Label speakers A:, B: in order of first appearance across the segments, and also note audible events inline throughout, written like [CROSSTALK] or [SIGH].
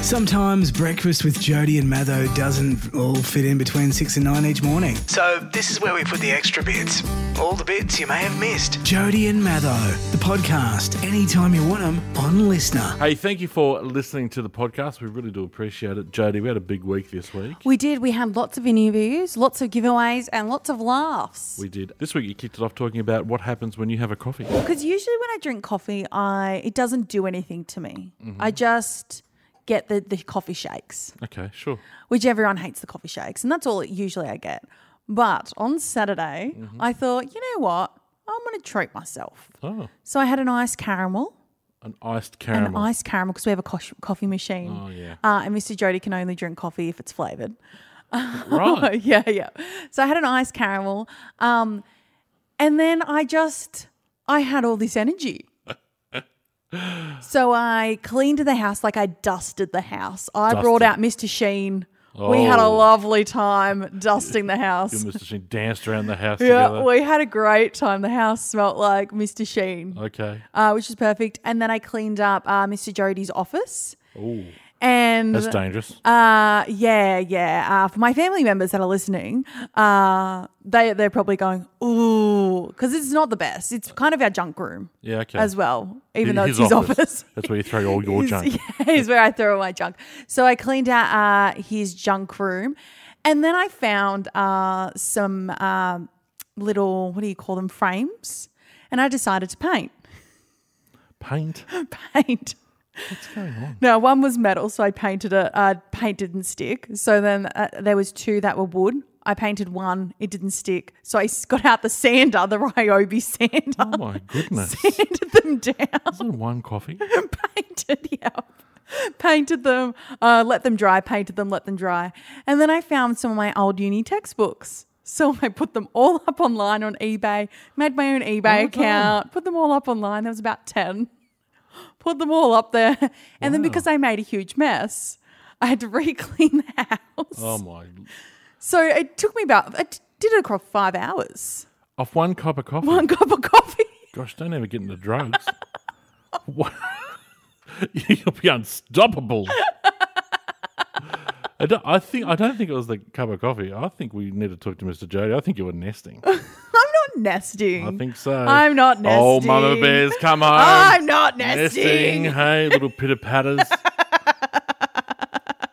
A: Sometimes breakfast with Jody and Matho doesn't all fit in between 6 and 9 each morning. So this is where we put the extra bits. All the bits you may have missed. Jody and Matho, the podcast, anytime you want them on Listener.
B: Hey, thank you for listening to the podcast. We really do appreciate it. Jody, we had a big week this week.
C: We did. We had lots of interviews, lots of giveaways, and lots of laughs.
B: We did. This week you kicked it off talking about what happens when you have a coffee.
C: Because usually when I drink coffee, I it doesn't do anything to me. I just get the, the coffee shakes,
B: Okay, sure.
C: which everyone hates the coffee shakes, and that's all it usually I get. But on Saturday, I thought, you know what? I'm going to treat myself.
B: Oh,
C: So I had an iced caramel.
B: an iced
C: an
B: caramel.
C: iced caramel because we have a cosh- coffee machine.
B: Oh, yeah.
C: Uh, and Mr. Jody can only drink coffee if it's flavored.
B: right.
C: [LAUGHS] yeah, yeah. So I had an iced caramel. Um, and then I just, I had all this
B: [LAUGHS]
C: energy. so I cleaned the house like I dusted the house. I brought out Mr. Sheen. We had a
B: Oh.
C: lovely time
B: [LAUGHS]
C: dusting the
B: You
C: house.
B: and Mr. Sheen danced around the house
C: [LAUGHS] Yeah,
B: together.
C: we had a great time. The house smelt like Mr. Sheen,
B: okay.
C: uh, which is perfect. And then I cleaned up uh, Mr. Jody's office.
B: Oh,
C: And
B: that's dangerous.
C: uh, yeah, yeah. Uh, for my family members that are listening, uh, they they're probably going, ooh, because it's not the best. It's kind of our junk room
B: Yeah, okay.
C: as well, even though
B: His
C: it's his office.
B: That's where you throw all
C: [LAUGHS]
B: your
C: His-
B: junk.
C: Yeah, is where I throw all my junk. So I cleaned out uh, his junk room, and then I found uh, some um little what do you call them frames, and I decided to paint
B: Paint.
C: [LAUGHS] paint. No, one was metal, so I painted it. I painted and stick. So then uh, there was two that were wood. I painted one; it didn't stick. So I s- got out the sander, the Ryobi sander,
B: Oh
C: [LAUGHS]
B: my goodness.
C: sanded them down,
B: Isn't it one coffee?
C: [LAUGHS] painted, yeah, painted them, uh, let them dry, painted them, let them dry, and then I found some of my old uni textbooks. So I put them all up online on eBay, made my own eBay
B: Well done.
C: account, put them all up online. There was about ten put them all up there. And then because I made a huge mess, I had to re-clean the house.
B: Oh my.
C: So it took me about, I t- did it across five hours.
B: Off one cup of coffee.
C: One cup of coffee. [LAUGHS]
B: Gosh, don't ever get into drugs. What? [LAUGHS] You'll be unstoppable. I, don't, I think I don't think it was the cup of coffee. I think we need to talk to Mr. Jody. I think you were nesting.
C: I'm not nesting.
B: I think so.
C: Mm. I'm not nesting.
B: Oh, mama bears, come home.
C: I'm not nesting.
B: Hey, little pitter
C: [LAUGHS]
B: patters.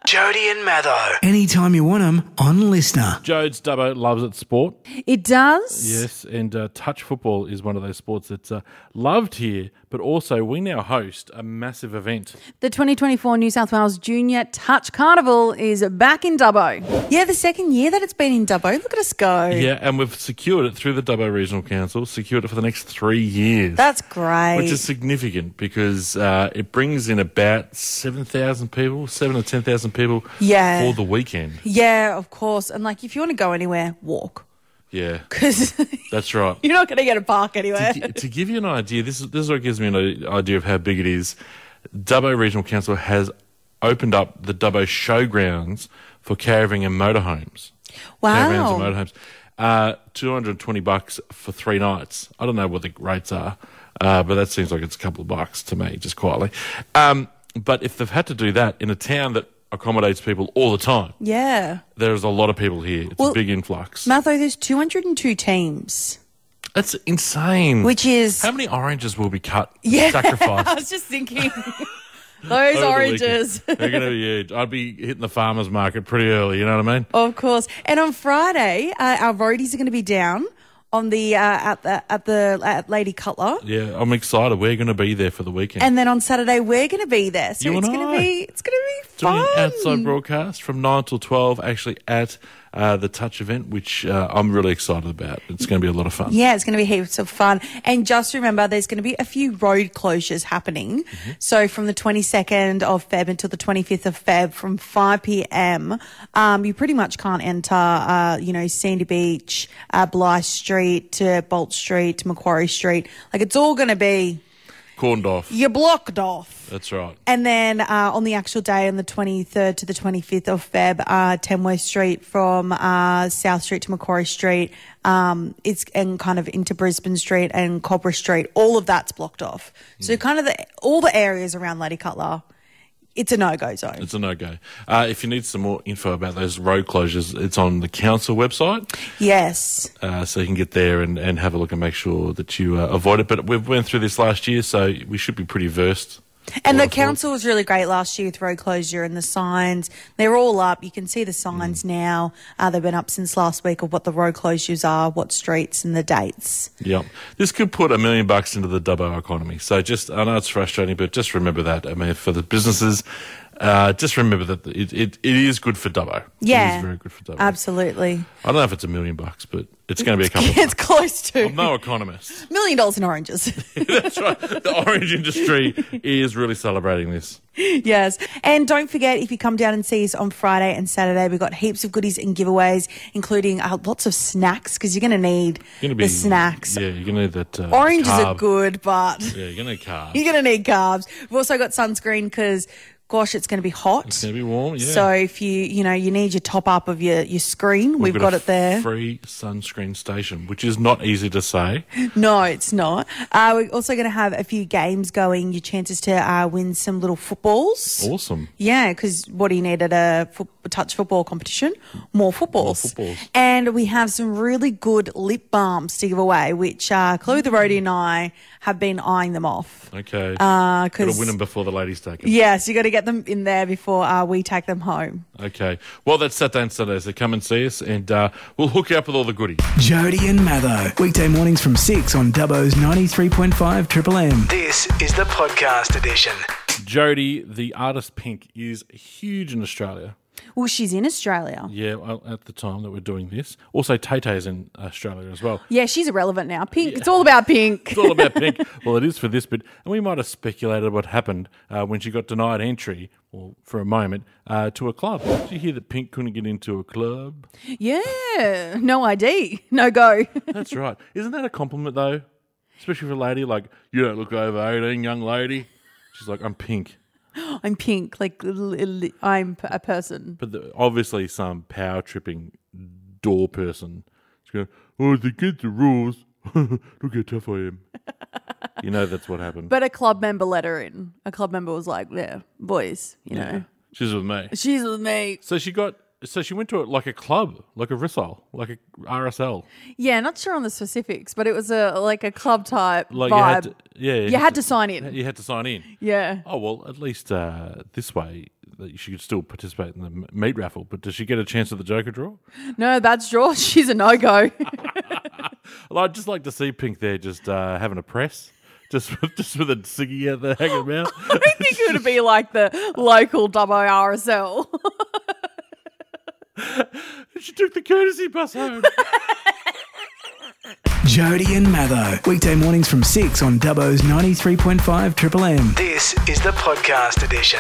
A: Jody and Matho. Anytime you want them on Listener.
B: Jodes Dubbo loves its sport.
C: It does.
B: Yes, and uh, touch football is one of those sports that's uh, loved here, but also we now host a massive event.
C: The 2024 New South Wales Junior Touch Carnival is back in Dubbo. Yeah, the second year that it's been in Dubbo. Look at us go.
B: Yeah, and we've secured it through the Dubbo Regional Council, secured it for the next three years.
C: That's great.
B: which is significant because uh, it brings in about 7,000 people, 7 to 10,000 people
C: Yeah.
B: for the weekend.
C: yeah, of course. And like, if you want to go anywhere, walk.
B: Yeah,
C: Because
B: that's right.
C: [LAUGHS] you're not going to get a park anywhere.
B: to, to give you an idea, this is this is what gives me an i- idea of how big it is. Dubbo Regional Council has opened up the Dubbo Showgrounds for caravans and motorhomes. Caravans and
C: [LAUGHS] Wow.
B: motorhomes. Uh, 220 bucks for three nights. I don't know what the rates are, uh, but that seems like it's a couple of bucks to me, just quietly. Um, but if they've had to do that in a town that accommodates people all the time,
C: Yeah.
B: there's a lot of people here. It's a
C: Well,
B: big influx.
C: Matho, there's 202 teams.
B: That's insane.
C: Which is- [LAUGHS]
B: how many oranges will be cut, yeah. sacrificed?
C: was just thinking [LAUGHS] those
B: over the weekend. [LAUGHS] They're going to be huge. I'd be hitting the farmers market pretty early. You know what I mean?
C: [LAUGHS] of course. And on Friday, uh, our roadies are going to be down on the uh, at the at the at Lady Cutler.
B: Yeah, I'm excited. We're going to be there for the weekend.
C: And then on Saturday we're going to be there, so
B: You
C: it's
B: and
C: going
B: I.
C: to be it's going to be
B: Doing
C: fun.
B: an outside broadcast from nine till twelve, actually at uh, the Touch event, which uh, I'm really excited about. It's going to be a lot of fun.
C: Yeah, it's going to be heaps of fun. And just remember, there's going to be a few road closures happening.
B: Mm-hmm.
C: So from the 22nd of Feb until the 25th of Feb, from 5 p.m., um, you pretty much can't enter, uh, you know, Sandy Beach, uh, Blythe Street to Bolt Street to Macquarie Street. Like it's all going to be,
B: Corned off.
C: you're blocked off.
B: That's right.
C: And then uh, on the actual day, on the 23rd to the 25th of Feb, uh, Tamworth Street from uh, South Street to Macquarie Street, um, it's and kind of into Brisbane Street and Cobra Street. All of that's blocked off. So kind of the, all the areas around Lady Cutler, it's a no go zone.
B: It's a no go. Uh, if you need some more info about those road closures, it's on the council website,
C: Yes.
B: uh, so you can get there and, and have a look and make sure that you uh, avoid it. But we went through this last year, so we should be pretty versed. Well,
C: And the
B: of course.
C: council was really great last year with road closure and the signs. They're all up. You can see the signs now. Uh, they've been up since last week of what the road closures are, what streets, and the dates.
B: Yep. This could put a million bucks into the Dubbo economy. So just, I know it's frustrating, but just remember that. I mean, for the businesses, uh, just remember that it, it, it is good for Dubbo. It
C: Yeah.
B: is very good for Dubbo.
C: Absolutely.
B: I don't know if it's a million bucks, but it's going to be a couple. [LAUGHS] of
C: [LAUGHS] it's close to
B: I'm no economist.
C: million dollars in oranges.
B: [LAUGHS]
C: [LAUGHS]
B: That's right. The orange industry is really celebrating this.
C: yes. And don't forget, if you come down and see us on Friday and Saturday, we've got heaps of goodies and giveaways, including uh, lots of snacks because you're going to need
B: You're gonna
C: the snacks.
B: Yeah, you're going to need that. Uh,
C: Oranges are
B: carb.
C: good, but [LAUGHS]
B: Yeah, you're going to need carbs.
C: you're going to need carbs. We've also got sunscreen because, gosh, it's going to be hot.
B: It's going to be warm. Yeah.
C: So if you you know you need your top up of your your screen, we've, got,
B: a
C: it there.
B: Free sunscreen station, which is not easy to
C: [LAUGHS]
B: say.
C: no, it's not. Uh, we're also going to have a few games going. Your chances to uh, win some little footballs.
B: Awesome.
C: Yeah, because what do you need at a foot- touch football competition? More footballs.
B: footballs.
C: And we have some really good lip balms to give away, which uh, Chloe the Roadie and I have been eyeing them off.
B: Okay.
C: Uh,
B: Got
C: cause,
B: to win them before the ladies take 'em.
C: Yeah, so you got to get them in there before uh, we take them home.
B: Okay. Well, that's Saturday and Sunday, so come and see us, and uh, we'll hook you up with all the goodies.
A: Jody and Matho. Weekday mornings from 6 on Dubbo's 93.5 Triple M.
D: This is the podcast edition.
B: Jody, the artist Pink, is huge in Australia.
C: Well, she's in Australia.
B: Yeah, well, at the time that we're doing this. Also, Tay Tay's in Australia as [LAUGHS] well.
C: Yeah, she's irrelevant now. Pink. It's all about pink.
B: It's all about Pink. Well, it is for this bit, and we might have speculated what happened uh, when she got denied entry, or for a moment, uh, to a club. Did you hear that Pink couldn't get into a club?
C: Yeah. No ID. No go.
B: That's right. Isn't that a compliment though? Especially for a lady like you don't look over eighteen, young lady. She's like, I'm Pink.
C: I'm pink. Like l- l- I'm p- a person.
B: But the, obviously, some power tripping door person is going, Oh, they get the rules. [LAUGHS] Look how tough I am. you know, that's what happened.
C: But a club member let her in. A club member was like, "Yeah, boys, you know,
B: She's with me.
C: she's with me."
B: So she got, so she went to it like a club, like a RSL, like a RSL.
C: Yeah, not sure on the specifics, but it was a like a club type
B: Like you
C: vibe.
B: had to, yeah.
C: You had to sign in.
B: You had to sign in.
C: yeah.
B: Oh, well, at least uh, this way that she could still participate in the m- meat raffle. But does she get a chance at the Joker draw?
C: No, that's draw. [LAUGHS] She's a no go.
B: Well, I'd just like to see Pink there just uh, having a press, just [LAUGHS] with, just with a ciggy out the hanging mouth.
C: I think it would be like the local double RSL.
B: [LAUGHS] she took the courtesy bus home.
A: Jody and Matho. Weekday mornings from 6 on Dubbo's 93.5 Triple M.
D: This is the podcast edition.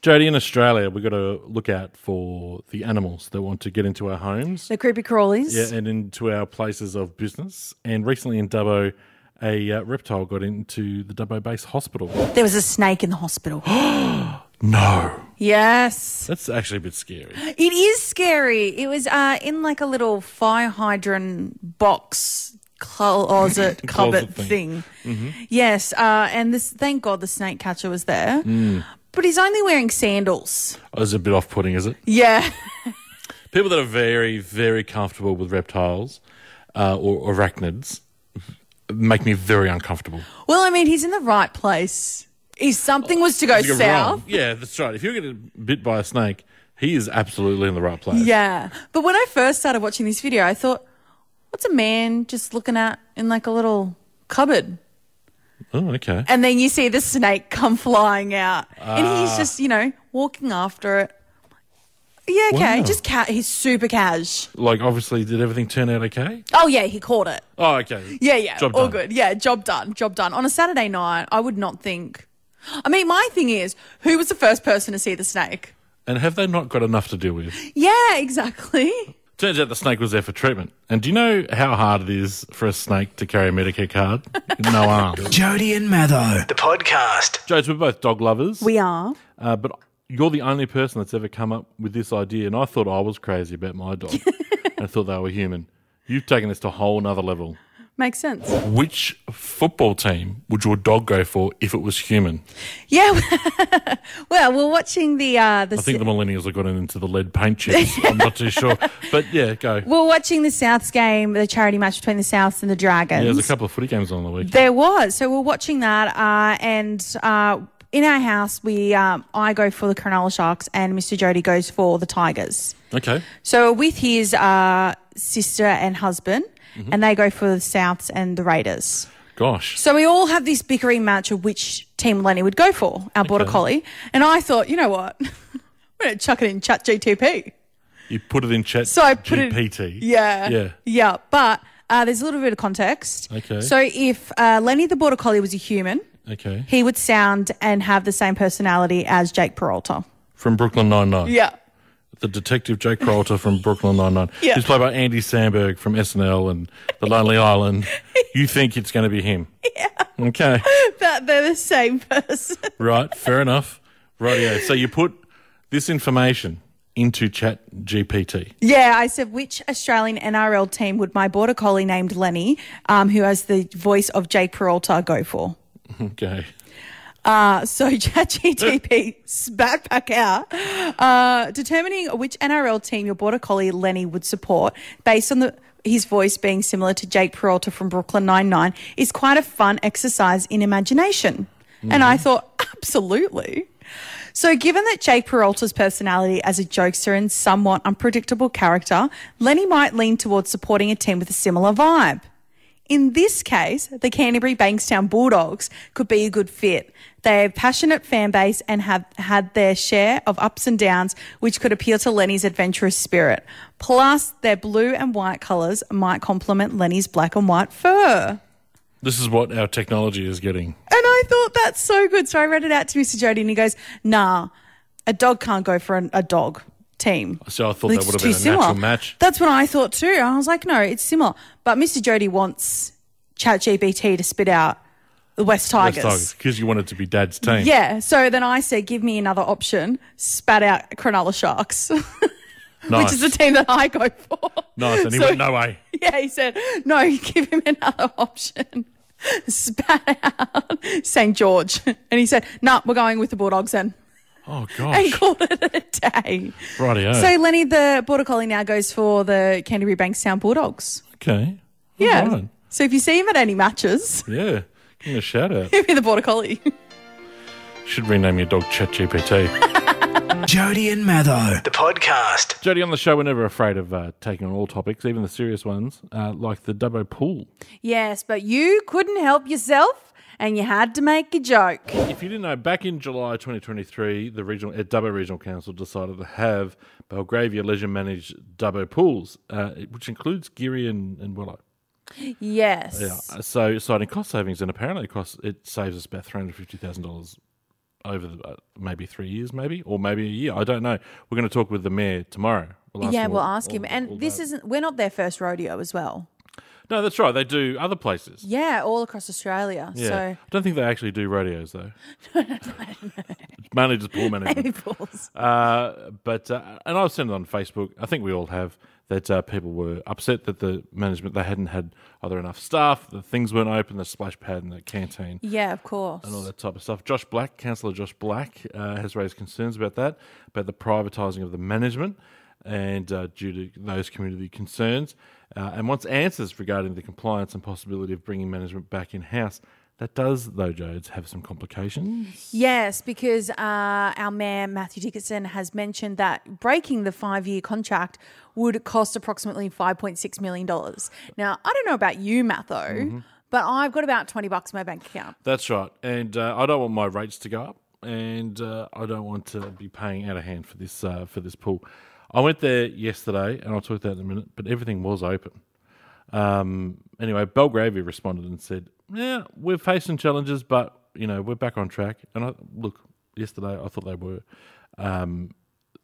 B: Jodie, in Australia, we've got to look out for the animals that want to get into our homes
C: the creepy crawlies.
B: yeah, and into our places of business. And recently in Dubbo, a uh, reptile got into the Dubbo Base Hospital.
C: There was a snake in the hospital. [GASPS]
B: No.
C: yes.
B: That's actually a bit scary.
C: It is scary. It was uh, in like a little fire hydrant box [LAUGHS] closet cupboard
B: thing.
C: thing. Yes, uh, and this thank God the snake catcher was there. But he's only wearing sandals.
B: Oh, it's a bit off putting, is it?
C: Yeah. [LAUGHS]
B: people that are very, very comfortable with reptiles uh, or arachnids make me very uncomfortable.
C: Well, I mean, he's in the right place. If something was to go
B: If you go
C: south,
B: wrong- Yeah, that's right. If you're getting bit by a snake, he is absolutely in the right place.
C: yeah. But when I first started watching this video, I thought, what's a man just looking at in like a little cupboard?
B: Oh, okay.
C: And then you see the snake come flying out, and
B: Ah.
C: he's just, you know, walking after it. Yeah, okay.
B: Wow.
C: Just cat. He's super cash.
B: Like, obviously, did everything turn out okay?
C: Oh yeah, he caught it.
B: Oh, okay.
C: Yeah, yeah.
B: Job
C: all
B: done.
C: good. Yeah, job done. Job done. On a Saturday night, I would not think. I mean, my thing is, who was the first person to see the snake?
B: And have they not got enough to deal with?
C: Yeah, exactly.
B: Turns out the snake was there for treatment. And do you know how hard it is for a snake to carry a Medicare
C: [LAUGHS]
B: card? no arms.
A: Jody and Matho.
D: The podcast.
B: Jodes, we're both dog lovers.
C: We are.
B: Uh, but you're the only person that's ever come up with this idea, and I thought
C: [LAUGHS]
B: I was crazy about my dog. and I thought they were human. You've taken this to a whole nother level.
C: Makes sense.
B: Which football team would your dog go for if it was human?
C: Yeah. [LAUGHS] well, we're watching the uh, the
B: I think the millennials have gotten into the lead paint
C: [LAUGHS]
B: chips. I'm not too sure. But yeah, go.
C: we're watching the Souths game, the charity match between the Souths and the Dragons.
B: Yeah, there's a couple of footy games on the week.
C: There was. So we're watching that, uh, and uh, in our house, we um, I go for the Cronulla Sharks, and Mr. Jody goes for the Tigers.
B: Okay.
C: So with his uh, sister and husband,
B: Mm-hmm.
C: and they go for the Souths and the Raiders.
B: Gosh.
C: So we all have this bickering match of which team Lenny would go for, our border
B: Okay.
C: collie. And I thought, you know what? [LAUGHS] We're going to chuck it in chat GTP.
B: You put it in chat
C: So I put it-
B: GPT.
C: Yeah.
B: Yeah.
C: Yeah. But uh, there's a little bit of context.
B: Okay.
C: So if uh, Lenny the border collie was a human,
B: Okay.
C: he would sound and have the same personality as Jake Peralta.
B: From Brooklyn Nine-Nine.
C: Yeah.
B: The detective Jake Peralta from Brooklyn Nine-Nine.
C: [LAUGHS] Yeah.
B: Who's played by Andy Samberg from SNL and The Lonely
C: [LAUGHS]
B: Island. You think it's going to be him. Yeah. Okay.
C: [LAUGHS] That they're the same person.
B: Right. Fair enough. Rightio. So you put this information into chat GPT.
C: yeah, I said, which Australian NRL team would my border collie named Lenny, um, who has the voice of Jake Peralta, go for?
B: [LAUGHS] Okay.
C: Uh, so [LAUGHS] ChatGTP spat back out, uh, determining which NRL team your border collie Lenny would support based on the his voice being similar to Jake Peralta from Brooklyn Nine Nine is quite a fun exercise in imagination. And I thought, [LAUGHS] absolutely. So, given that Jake Peralta's personality as a jokester and somewhat unpredictable character, Lenny might lean towards supporting a team with a similar vibe. In this case, the Canterbury Bankstown Bulldogs could be a good fit. They have passionate fan base and have had their share of ups and downs, which could appeal to Lenny's adventurous spirit. Plus, their blue and white colours might complement Lenny's black and white fur. And
B: This is what our technology is getting.
C: I thought that's so good. So I read it out to Mr. Jody and he goes, nah, a dog can't go for an, a dog team.
B: So I thought
C: It's
B: that would have
C: too
B: been a
C: similar.
B: natural match.
C: That's what I thought too. I was like, no, it's similar. But Mr. Jody wants ChatGPT to spit out the West Tigers.
B: Because you want it to be dad's team.
C: Yeah. So then I said, give me another option. Spat out Cronulla Sharks, [LAUGHS]
B: nice.
C: which is the team that I go for. [LAUGHS]
B: nice. And he
C: So-
B: went, no
C: [LAUGHS]
B: way.
C: Yeah, he said, no, [LAUGHS] give him another option. [LAUGHS] Spat out St. George. [LAUGHS] And he said, no, we're going with the Bulldogs then. [LAUGHS]
B: Oh,
C: And
B: gosh.
C: called it a day.
B: Rightio.
C: So Lenny, the border collie, now goes for the Canterbury Bankstown Bulldogs.
B: okay.
C: Yeah.
B: All right.
C: So if you see him at any matches, [LAUGHS]
B: Yeah. Give me a shout out.
C: give me the border collie.
B: Should rename your dog ChatGPT. [LAUGHS]
A: Jody and Matho.
D: The podcast.
B: Jodie, on the show, we're never afraid of uh, taking on all topics, even the serious ones, uh, like the Dubbo pool.
C: yes, but you couldn't help yourself and you had to make a joke.
B: If you didn't know, back in July 2023, the regional uh, Dubbo Regional Council decided to have Belgravia Leisure manage Dubbo pools, uh, which includes Geary and, and Willow.
C: Yes.
B: Yeah. uh, So citing cost savings, and apparently, cost it saves us about three hundred fifty thousand dollars over the, uh, maybe three years, maybe or maybe a year. I don't know. We're going to talk with the mayor tomorrow. We'll
C: yeah,
B: him
C: we'll
B: all-
C: ask
B: all-
C: him.
B: all
C: And this
B: that.
C: isn't, we're not their first rodeo as well.
B: no, that's right. They do other places.
C: Yeah, all across Australia.
B: Yeah.
C: [LAUGHS]
B: I don't think they actually do rodeos though. [LAUGHS] Mainly just
C: [LAUGHS]
B: pool management.
C: So, Bulls.
B: Uh, but uh, and I've seen it on Facebook. I think we all have that uh, people were upset that the management they hadn't had either enough staff, the things weren't open, the splash pad and the canteen.
C: yeah, of course.
B: and all that type of stuff. Josh Black, Councillor Josh Black, uh, has raised concerns about that, about the privatising of the management, and uh, due to those community concerns, uh, and wants answers regarding the compliance and possibility of bringing management back in house. That does, though, Jodes, have some complications.
C: Yes, because uh, our mayor, Matthew Dickinson, has mentioned that breaking the five year contract would cost approximately $5.6 million. Now, I don't know about you, Matho,
B: Mm-hmm.
C: but I've got about 20 bucks in my bank account.
B: That's right, and uh, I don't want my rates to go up, and uh, I don't want to be paying out of hand for this uh, for this pool. I went there yesterday, and I'll talk about that in a minute. But everything was open. Um, anyway, Belgravia responded and said, "Yeah, we're facing challenges, but you know we're back on track." And I look, yesterday I thought they were. Um,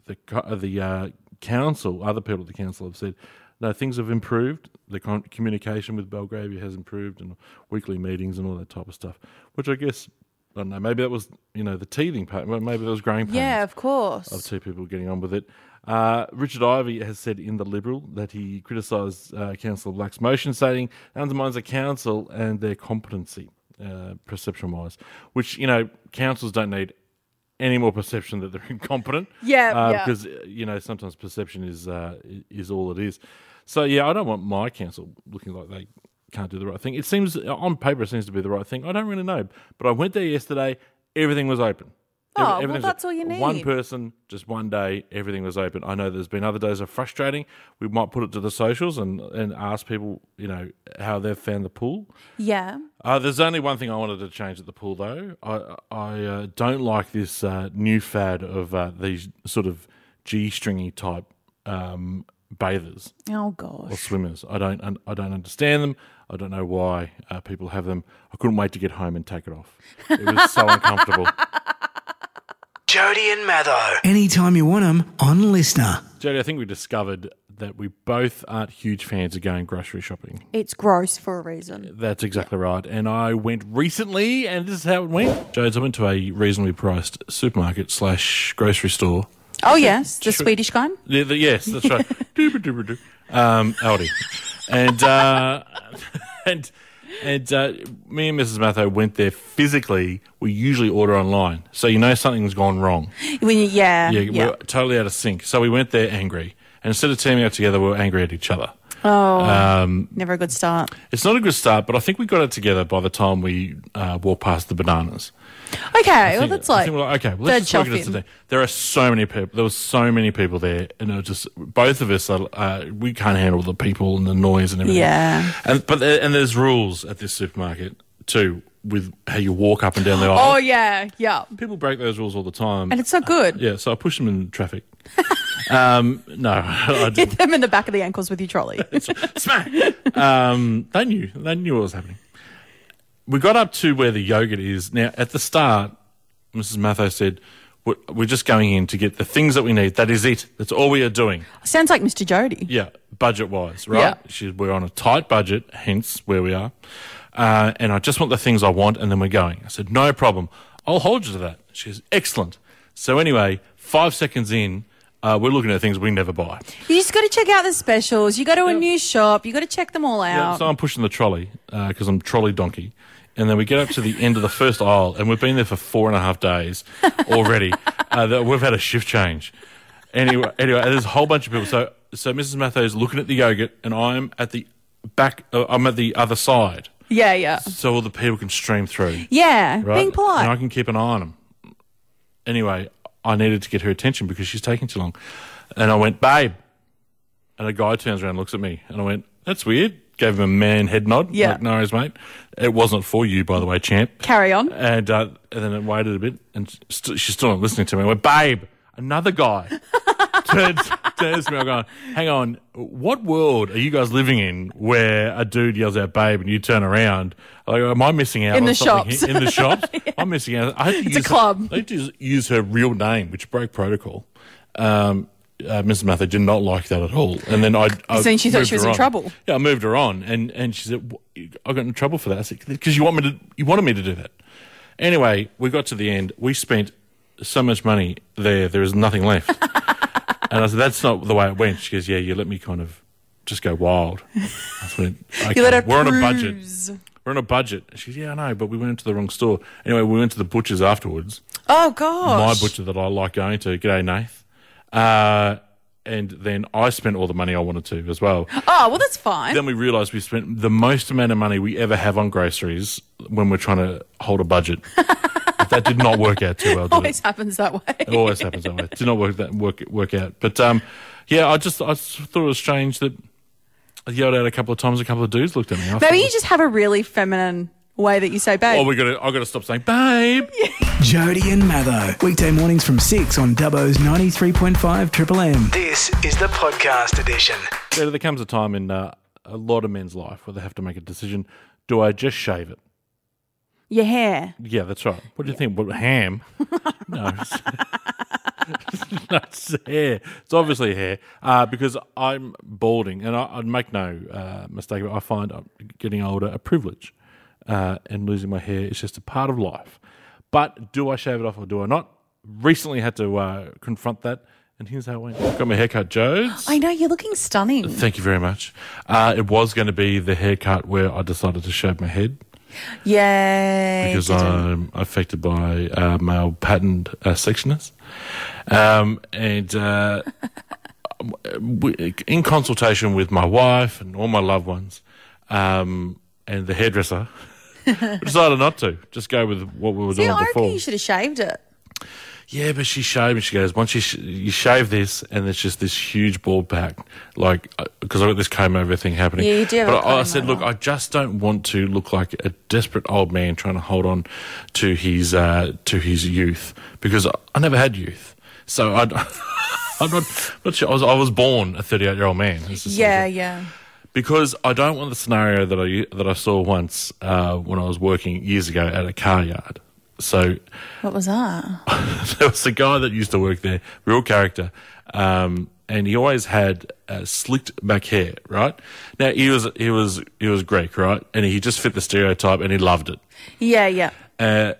B: the co- uh, the uh, council, other people at the council have said, no, things have improved. The con- communication with Belgravia has improved, and weekly meetings and all that type of stuff. Which I guess I don't know. Maybe that was you know the teething pain. Well, maybe that was growing pains
C: Yeah, of course.
B: of two people getting on with it. Uh, Richard Ivey has said in The Liberal that he criticised uh, Councillor Black's motion, saying it undermines the council and their competency, uh, perception wise, which, you know, councils don't need any more perception that they're [LAUGHS] incompetent.
C: Yeah,
B: uh,
C: yeah.
B: Because uh, you know sometimes perception is uh, i- is all it is. So yeah, I don't want my council looking like they can't do the right thing. It seems on paper it seems to be the right thing. I don't really know, but I went there yesterday. Everything was open.
C: Oh, well,
B: everything's
C: that's all you
B: One
C: need.
B: person, just one day, everything was open. I know there's been other days are frustrating. We might put it to the socials and, and ask people, you know, how they've found the pool.
C: Yeah.
B: Uh, there's only one thing I wanted to change at the pool, though. I I uh, don't like this uh, new fad of uh, these sort of g-stringy type um, bathers
C: Oh gosh.
B: or swimmers. I don't un- I don't understand them. I don't know why uh, people have them. I couldn't wait to get home and take it off. It was
C: [LAUGHS]
B: so uncomfortable.
D: Jody and Matho.
A: Anytime you want them on Listener.
B: Jodie, I think we discovered that we both aren't huge fans of going grocery shopping.
C: It's gross for a reason.
B: That's exactly right. And I went recently, and this is how it went. Jodes, I went to a reasonably priced supermarket slash grocery store.
C: Oh yes, the Swedish guy.
B: Yeah, the, yes, that's right. Dooba dooba doo. Um, Aldi. And, uh, [LAUGHS] and, and, uh, me and Mrs. Matho went there physically. We usually order online. So you know something's gone wrong.
C: When you, yeah,
B: Yeah,
C: yeah.
B: we were totally out of sync. So we went there angry. And instead of teaming up together, we were angry at each other.
C: Oh, never a good start.
B: It's not a good start, but I think we got it together by the time we uh, walked past the bananas.
C: Okay, well
B: think-
C: that's
B: I
C: like
B: think we're okay. Well, let's
C: third
B: just look
C: shelf
B: at it
C: in.
B: today. There are so many people. There were so many people there, and it was just both of us. Are, uh, we can't handle the people and the noise and everything.
C: Yeah.
B: And but there- and there's rules at this supermarket too with how you walk up and down the aisle.
C: Oh yeah, yeah.
B: People break those rules all the time.
C: And it's not good.
B: yeah, so I pushed them in traffic. [LAUGHS] um, no, [LAUGHS] I didn't.
C: [LAUGHS] Hit them in the back of the ankles with
B: [LAUGHS]
C: your trolley.
B: smack. Um, they knew. They knew what was happening. We got up to where the yogurt is. Now, at the start, Mrs. Matho said, "We're we're just going in to get the things that we need. That is it. That's all we are doing.
C: Sounds like Mr. Jody.
B: Yeah, budget wise, right?
C: Yeah.
B: She, we're on a tight budget, hence where we are. Uh, and I just want the things I want, and then we're going. I said, no problem. I'll hold you to that. She says, excellent. So anyway, five seconds in, uh, we're looking at things we never buy.
C: You just got to check out the specials. You go to a new shop. You got to check them all
B: Yeah,
C: out.
B: so I'm pushing the trolley because I'm trolley donkey. And then we get up to the end of the first aisle, and we've been there for four and a half days already. uh, that we've had a shift change. Anyway, anyway, there's a whole bunch of people. So, so Mrs. Matthew's looking at the yogurt, and I'm at the back. Uh, I'm at the other side,
C: yeah, yeah,
B: so all the people can stream through.
C: yeah.
B: Right?
C: Being polite.
B: And I can keep an eye on them. Anyway, I needed to get her attention because she's taking too long. And I went, babe. And a guy turns around and looks at me. And I went, that's weird. Gave him a man head nod.
C: Yeah.
B: Like, no worries, mate. It wasn't for you, by the way, champ.
C: Carry on.
B: And, uh, and then it waited a bit. And st- she's still not listening to me. I went, babe, another guy.
C: [LAUGHS]
B: turns, turns to me. I'm going, hang on. What world are you guys living in where a dude yells out, babe, and you turn around? Like, am I missing out
C: In
B: on
C: the
B: something
C: shops.
B: here?
C: [LAUGHS]
B: In the shops? I'm missing out. I had to it's
C: a club.
B: Her, I had to use her real name, which broke protocol. Um, uh, Mrs. Mather did not like that at all, and then I. I
C: So then she thought
B: moved
C: she was
B: her
C: in
B: on.
C: trouble.
B: Yeah, I moved her on, and, and she said, "Wh- "I got in trouble for that." I said, "Because you want me to, you wanted me to do that." Anyway, we got to the end. We spent so much money there. There is nothing
C: [LAUGHS]
B: left. And I said, that's not the way it went. She goes, yeah, you let me kind of just go wild. I went, okay,
C: [LAUGHS] You let her
B: we're on a
C: cruise.
B: budget. We're on a budget. She goes, yeah, I know, but we went to the wrong store. Anyway, we went to the butcher's afterwards.
C: oh
B: My
C: gosh.
B: butcher that I like going to. G'day, Nath. Uh, and then I spent all the money I wanted to as
C: [GASPS]
B: well.
C: oh well, that's fine.
B: then we realised we spent the most amount of money we ever have on groceries when we're trying to hold a
C: [LAUGHS]
B: budget. that did not work out too well, did it?
C: [LAUGHS] Always happens that way.
B: [LAUGHS] It always happens that way. It Did not work that work work out. But um, yeah, I just I s- thought it was strange that I yelled out a couple of times. A couple of dudes looked at me. I thought,
C: Maybe you just have a really feminine way that you say, babe.
B: oh, we got to I got to stop saying babe.
A: Jody and Matho. Weekday mornings from 6 on Dubbo's 93.5 Triple M.
D: This is the podcast edition.
B: There, there comes a time in uh, a lot of men's life where they have to make a decision: Do I just shave it?
C: Your hair.
B: Yeah, that's right. What do you think? What ham? no, it's, [LAUGHS] no, it's hair. It's obviously hair uh, because I'm balding, and I, I'd make no uh, mistake. I find I'm getting older a privilege, uh, and losing my hair is just a part of life. But do I shave it off or do I not? Recently, had to uh, confront that And here's how it went. Got my haircut, Jodes.
C: I know, you're looking stunning.
B: Thank you very much. Uh, it was going to be the haircut where I decided to shave my head
C: Yay.
B: uh, because
C: Didn't-
B: I'm affected by uh, male patterned uh, sectioners. Um, and uh, [LAUGHS] w- in consultation with my wife and all my loved ones um, and the hairdresser, [LAUGHS] we decided not to. Just go with what we were
C: See,
B: doing
C: I
B: before.
C: reckon you should have shaved it.
B: Yeah, but she shaved me. She goes, once you, sh- you shave this, and it's just this huge bald pack, like, because I've got this comb over thing happening.
C: Yeah, you do have
B: But
C: a
B: I, I
C: comb
B: said,
C: over.
B: look, I just don't want to look like a desperate old man trying to hold on to his, uh, to his youth, because I, I never had youth. So I, [LAUGHS] I'm not, not sure. I was, I was born a 38 year old man. It's just-
C: Yeah, yeah.
B: because I don't want the scenario that I that I saw once uh, when I was working years ago at a car yard. So
C: What
B: [LAUGHS]
C: was that?
B: there was a guy that used to work there, real character, um, and he always had uh, slicked back hair. Right now, he was he was he was Greek, right, and he just fit the stereotype, and he loved it.
C: Yeah, yeah.
B: Uh,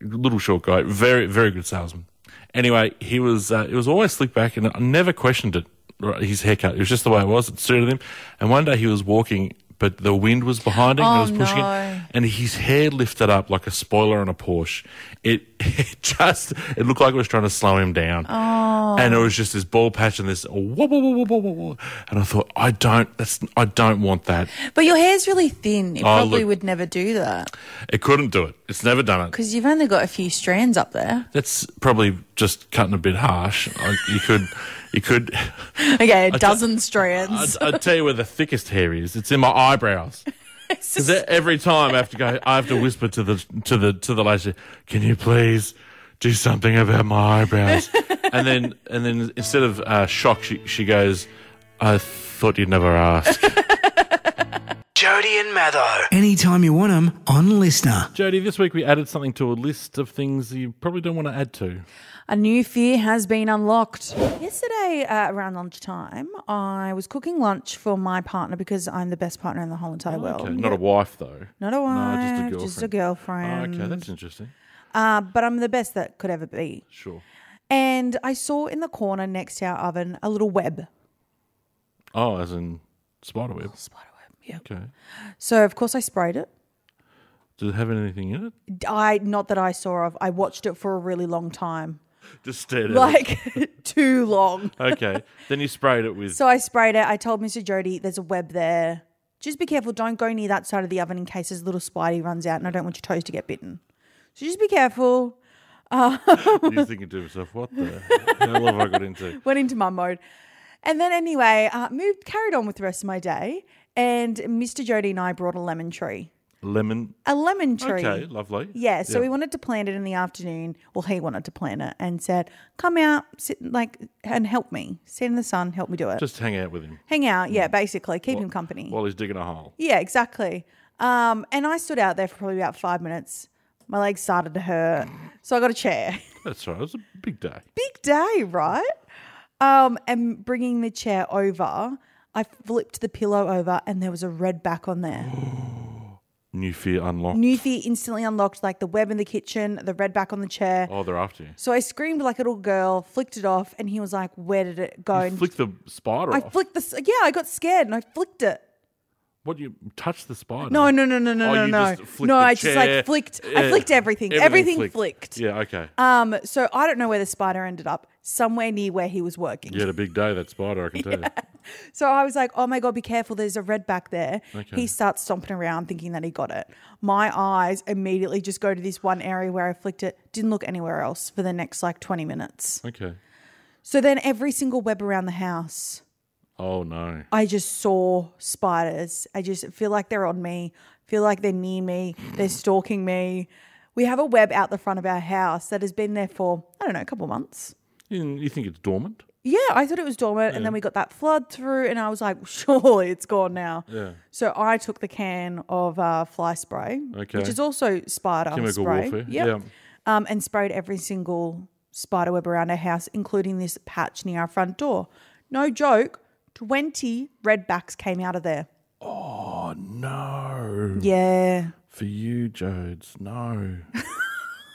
B: little short guy, very very good salesman. Anyway, he was uh, it was always slicked back, and I never questioned it. Right, his haircut, it was just the way it was. It suited him. And one day he was walking. But the wind was behind him
C: Oh,
B: and it was pushing
C: no.
B: him, and his hair lifted up like a spoiler on a Porsche. It, [LAUGHS] it just it looked like it was trying to slow him down.
C: Oh.
B: And it was just this ball patch and this whoa, whoa, whoa, whoa, whoa, whoa, whoa. And I thought, I don't that's I don't want that.
C: But your hair's really thin. It probably
B: Oh, look-
C: would never do that
B: It couldn't do it. It's never done it.
C: because you've only got a few strands
B: [LAUGHS]
C: up there.
B: That's probably just cutting a bit harsh. I, you could, you could.
C: Okay, a
B: t-
C: dozen strands.
B: I'd, I'd tell you where the thickest hair is. It's in my eyebrows. Because every time I have to go, I have to whisper to the to the to the lady, "Can you please do something about my eyebrows?" and then and then instead of uh, shock, she she goes, "I thought you'd never [LAUGHS] ask."
D: Jody and Matho.
A: Anytime you want them on Listener.
B: Jody, this week we added something to a list of things you probably don't want to add to.
C: A new fear has been unlocked. Yesterday, uh, around lunchtime, I was cooking lunch for my partner because I'm the best partner in the whole entire world.
B: Okay, not a wife though.
C: Not a wife,
B: No,
C: just
B: Oh,
C: a
B: okay,
C: girlfriend.
B: that's interesting.
C: Uh, but I'm the best that could ever be.
B: Sure.
C: And I saw in the corner next to our oven a little web.
B: Oh, as in spider web.
C: Spider web, yeah.
B: Okay.
C: So, of course, I sprayed it.
B: Does it have anything in it?
C: I Not that I saw of, I watched it for a really long time.
B: Just stared at it.
C: Like, [LAUGHS] too long.
B: [LAUGHS] Okay. Then you sprayed it with.
C: So I sprayed it. I told Mr. Jody, there's a web there. Just be careful. Don't go near that side of the oven in case this little spidey runs out and I don't want your toes to get bitten. So just be careful.
B: You're thinking to yourself, what the hell have I got into?
C: Went into mum mode. And then anyway, uh, moved, carried on with the rest of my day. And Mr. Jody and I brought a lemon tree.
B: Lemon.
C: A lemon tree.
B: Okay, lovely.
C: Yeah, so we wanted to plant it in the afternoon. Well, he wanted to plant it and said, "Come out, sit like and help me. Sit in the sun, help me do it.
B: Just hang out with him
C: Hang out, yeah, basically, keep him company."
B: while he's digging a hole.
C: Yeah, exactly. Um, and I stood out there for probably about five minutes. My legs started to hurt. So I got a chair. [LAUGHS]
B: That's right. It was a big day.
C: Big day, right? Um, and bringing the chair over, I flipped the pillow over and there was a red back on there. [GASPS]
B: New fear unlocked.
C: New fear instantly unlocked like the web in the kitchen, the red back on the chair.
B: oh, they're after you.
C: So I screamed like a little girl, flicked it off, and he was like, Where did it go?
B: You
C: and
B: flick the spider
C: I
B: off.
C: flicked this. Yeah, I got scared and I flicked it.
B: what you touch the spider?
C: No, no, no, no, no,
B: Oh,
C: no,
B: you
C: no.
B: just flicked
C: No,
B: the
C: I just
B: chair.
C: like flicked. I
B: Yeah.
C: flicked everything. Everything, flicked.
B: Yeah. Okay.
C: Um, so I don't know where the spider ended up. Somewhere near where he was working.
B: you had a big day. That spider, I can
C: [LAUGHS]
B: tell you.
C: So I was like, "Oh my god, be careful! There's a red back there."
B: Okay.
C: He starts stomping around, thinking that he got it. My eyes immediately just go to this one area where I flicked it. Didn't look anywhere else for the next like 20 minutes.
B: Okay.
C: So then every single web around the house,
B: Oh no.
C: I just saw spiders. I just feel like they're on me. Feel like they're near me. They're stalking me. We have a web out the front of our house that has been there for I don't know a couple months.
B: You, you think it's dormant?
C: Yeah, I thought it was dormant, and then we got that flood through, and I was like, [LAUGHS] surely it's gone now.
B: Yeah.
C: So I took the can of uh, fly spray,
B: Okay.
C: which is also spider
B: Chemical
C: spray,
B: warfare.
C: Yep.
B: Yeah.
C: um, and sprayed every single spider web around our house, including this patch near our front door. No joke, twenty redbacks came out of there.
B: No.
C: Yeah, [LAUGHS]
B: For you, Jodes. No.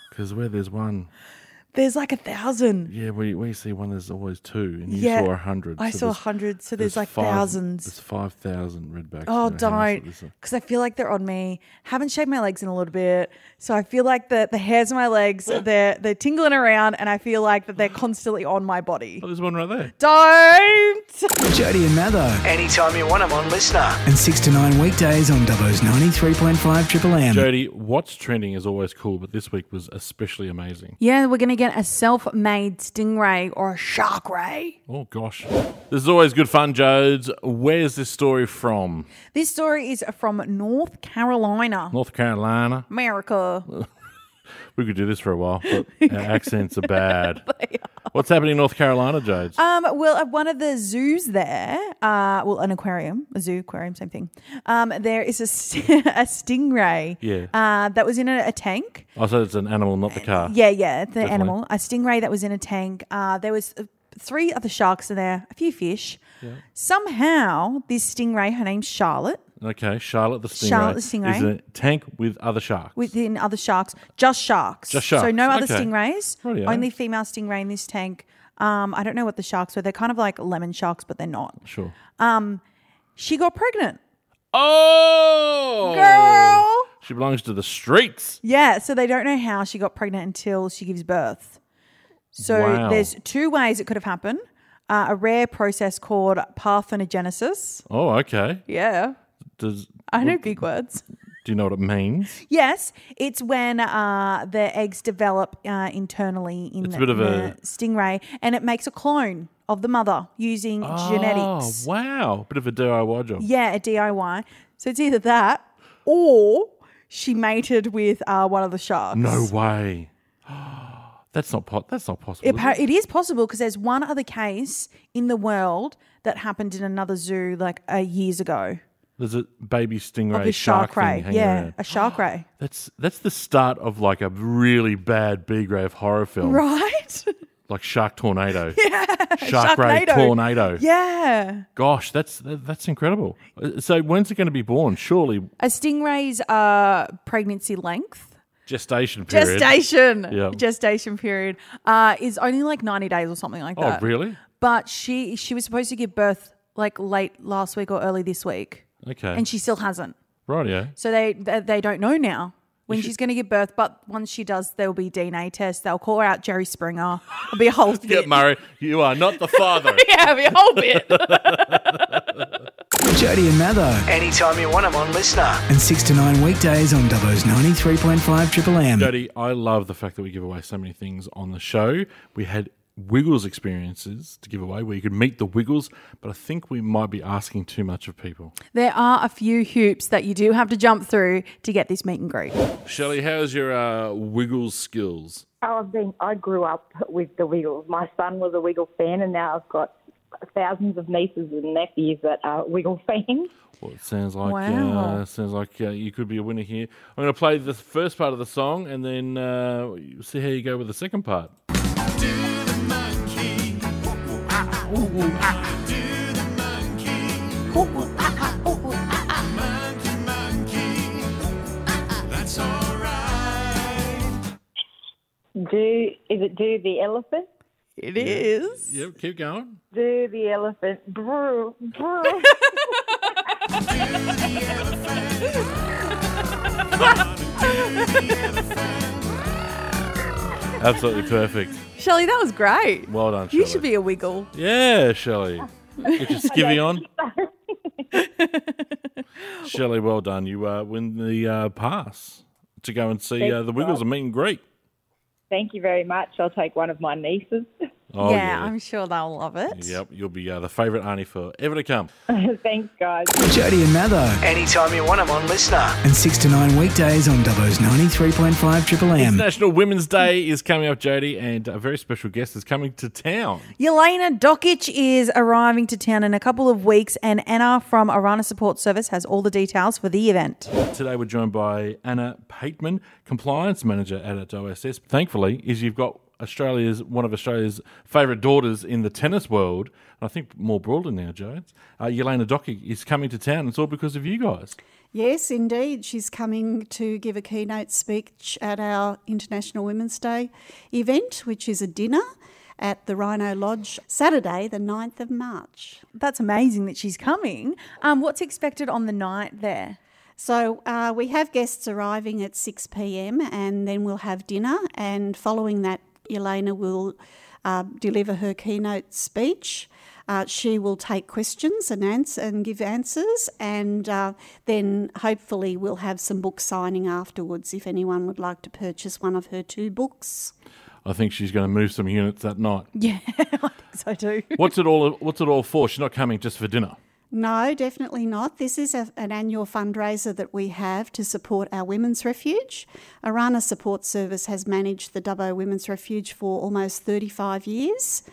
B: Because where there's one,
C: There's like a thousand.
B: Yeah, we, we see one, there's always two, and you
C: Yeah,
B: saw a hundred.
C: I saw a
B: there's-
C: hundred, so there's, like
B: five-
C: thousands.
B: There's 5,000 redbacks.
C: Oh,
B: in a house
C: don't.
B: like this.
C: Because I feel like they're on me. Haven't shaved my legs in a little bit. So I feel like the, the hairs on
B: [LAUGHS]
C: my legs, they're, they're tingling around, and I feel like that they're constantly on my body.
B: Oh, there's one right there.
C: Don't!
A: Jody and Matho.
D: Anytime you want them on Listener.
A: And 6 to 9 weekdays on Dubbo's 93.5 Triple M.
B: [LAUGHS] Jody, what's trending is always cool, but this week was especially amazing.
C: Yeah, we're going to get a self made stingray or a shark ray.
B: Oh, gosh. This is always good fun, Jodes. Where's this story from?
C: This story is from North Carolina,
B: North Carolina.
C: America.
B: [LAUGHS] We could do this for a while,
C: [LAUGHS]
B: but our accents are bad. What's happening in North Carolina, Jodes?
C: Um, well, at one of the zoos there, uh, well, an aquarium, a zoo, aquarium, same thing. Um, there is a, st- [LAUGHS] a stingray
B: Yeah.
C: uh, that was in a, a tank.
B: I said Oh, it's an animal, not the car.
C: Yeah, yeah, the animal. A stingray that was in a tank. Uh, there was uh, three other sharks in there, a few fish. Somehow, this stingray, her name's Charlotte,
B: Okay, Charlotte the Stingray.
C: Charlotte the Stingray.
B: Is in a tank with other sharks.
C: within other sharks, just sharks.
B: Just
C: So no
B: sharks,
C: other
B: okay.
C: stingrays,
B: Rightio.
C: only female stingray in this tank. Um, I don't know what the sharks were. They're kind of like lemon sharks, but they're not.
B: sure.
C: She got pregnant.
B: Oh!
C: Girl!
B: She belongs to the streets.
C: Yeah, so they don't know how she got pregnant until she gives birth. So
B: Wow.
C: there's two ways it could have happened. Uh, a rare process called parthenogenesis.
B: Oh, okay.
C: Yeah.
B: Does
C: I know big words.
B: do you know what it means?
C: Yes, it's when uh, the eggs develop uh, internally in
B: It's a
C: the,
B: bit of
C: the
B: a-
C: stingray, and it makes a clone of the mother using genetics.
B: Oh, wow. Bit of a DIY job.
C: Yeah, a DIY. So it's either that or she mated with uh, one of the sharks.
B: No way. [GASPS] That's not po- that's not possible.
C: It,
B: is
C: pa-
B: it?
C: it is possible because there's one other case in the world that happened in another zoo like uh, years ago
B: There's a baby
C: of
B: stingray
C: a shark,
B: thing
C: ray.
B: hanging
C: Yeah,
B: around.
C: a shark ray. [LAUGHS]
B: That's that's the start of like a really bad B grave horror film.
C: Right? [LAUGHS]
B: Like Shark Tornado. Yeah. Shark Ray
C: Sharknado.
B: Tornado.
C: yeah.
B: Gosh, that's that, that's incredible. Uh, So when's it going to be born? Surely
C: A stingray's uh, pregnancy length.
B: gestation period.
C: Gestation,
B: Yep.
C: gestation period uh, is only like ninety days or something like
B: Oh,
C: that.
B: really?
C: But she she was supposed to give birth like late last week or early this week,
B: Okay.
C: and she still hasn't.
B: right, yeah.
C: So they they, they don't know now when she's going to give birth. But once she does, there'll be DNA tests. They'll call out Jerry Springer. It'll be a whole
B: [LAUGHS] Get
C: bit.
B: Murray, you are not the father.
C: [LAUGHS] yeah, it'll be a whole
B: [LAUGHS]
C: bit.
A: Jody and Matho.
D: Anytime you want them on Listener.
A: And 6 to 9 weekdays on Dubbo's 93.5 Triple M.
B: Jody, I love the fact that we give away so many things on the show. We had Wiggles experiences to give away where you could meet the Wiggles, but I think we might be asking too much of people.
C: there are a few hoops that you do have to jump through to get this meet and greet.
B: Shelley, how's your uh, Wiggles skills?
E: Oh, I've been. I grew up with the Wiggles. My son was a Wiggle fan, and now I've got thousands of nieces and nephews that are Wiggle [LAUGHS] fans.
B: Well, it sounds like
C: Wow.
B: uh, sounds like uh, you could be a winner here. I'm going to play the first part of the song and then uh, see how you go with the second part.
E: Do is it do the elephant?
C: It is.
B: Yep, keep going.
E: Do the elephant? Brew, brew.
B: Absolutely perfect.
C: Shelley, that was great.
B: Well done,
C: you
B: Shelley.
C: should be a wiggle.
B: Yeah,
C: [LAUGHS]
B: Shelley. Get your skivvy on.
C: [LAUGHS]
B: Shelley, well done. You uh, win the uh, pass to go and see uh, the Wiggles and meet and greet.
E: Thank you very much. I'll take one of my nieces. [LAUGHS]
B: Oh,
C: I'm sure they'll love it.
B: Yep, you'll be uh, the favourite auntie for ever to come.
E: Thanks, guys.
A: Jody and Matho.
D: Anytime you want them on Listener.
A: And 6 to 9 weekdays on Dubbo's 93.5 Triple M.
B: National Women's Day is coming up, Jody, and a very special guest is coming to town.
C: Yelena Dokic is arriving to town in a couple of weeks, and Anna from Arana Support Service has all the details for the event.
B: Today we're joined by Anna Pateman, Compliance Manager at OSS. Thankfully, is you've got Australia's one of Australia's favourite daughters in the tennis world, and I think more broadly now, Jones, uh, Yelena Docky is coming to town. It's all because of you guys.
F: Yes, indeed. She's coming to give a keynote speech at our International Women's Day event, which is a dinner at the Rhino Lodge Saturday, the 9th of March.
C: That's amazing that she's coming. Um, what's expected on the night there? [LAUGHS]
F: So uh, we have guests arriving at 6 pm and then we'll have dinner. And following that, Elena will uh, deliver her keynote speech. Uh, she will take questions and ans- and give answers, and uh, then hopefully we'll have some book signing afterwards if anyone would like to purchase one of her two books.
B: I think she's going to move some units that night.
C: Yeah, I think so too.
B: What's it all? What's it all for? She's not coming just for dinner.
F: No, definitely not. This is a, an annual fundraiser that we have to support our women's refuge. Arana Support Service has managed the Dubbo Women's Refuge for almost 35 years,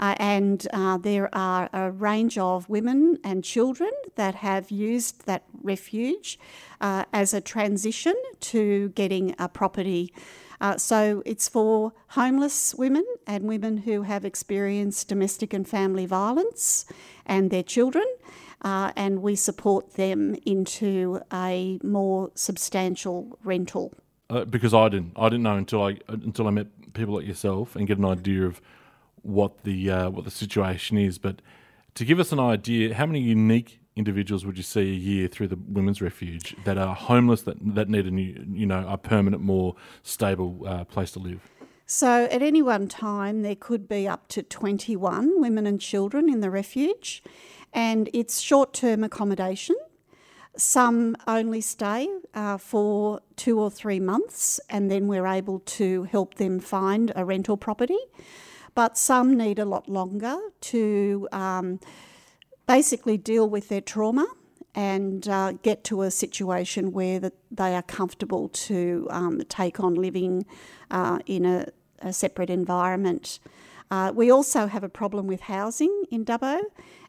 F: uh, and uh, there are a range of women and children that have used that refuge uh, as a transition to getting a property. Uh, so it's for homeless women and women who have experienced domestic and family violence and their children, uh, and we support them into a more substantial rental.
B: Uh, because I didn't. I didn't know until I until I met people like yourself and get an idea of what the uh, what the situation is. But to give us an idea, how many unique individuals would you see a year through the women's refuge that are homeless that that need a new you know a permanent, more stable uh, place to live?
F: So at any one time, there could be up to 21 women and children in the refuge, and it's short term accommodation. Some only stay uh, for two or three months, and then we're able to help them find a rental property. But some need a lot longer to um, basically deal with their trauma and uh, get to a situation where that they are comfortable to um, take on living uh, in a, a separate environment. Uh, we also have a problem with housing in Dubbo,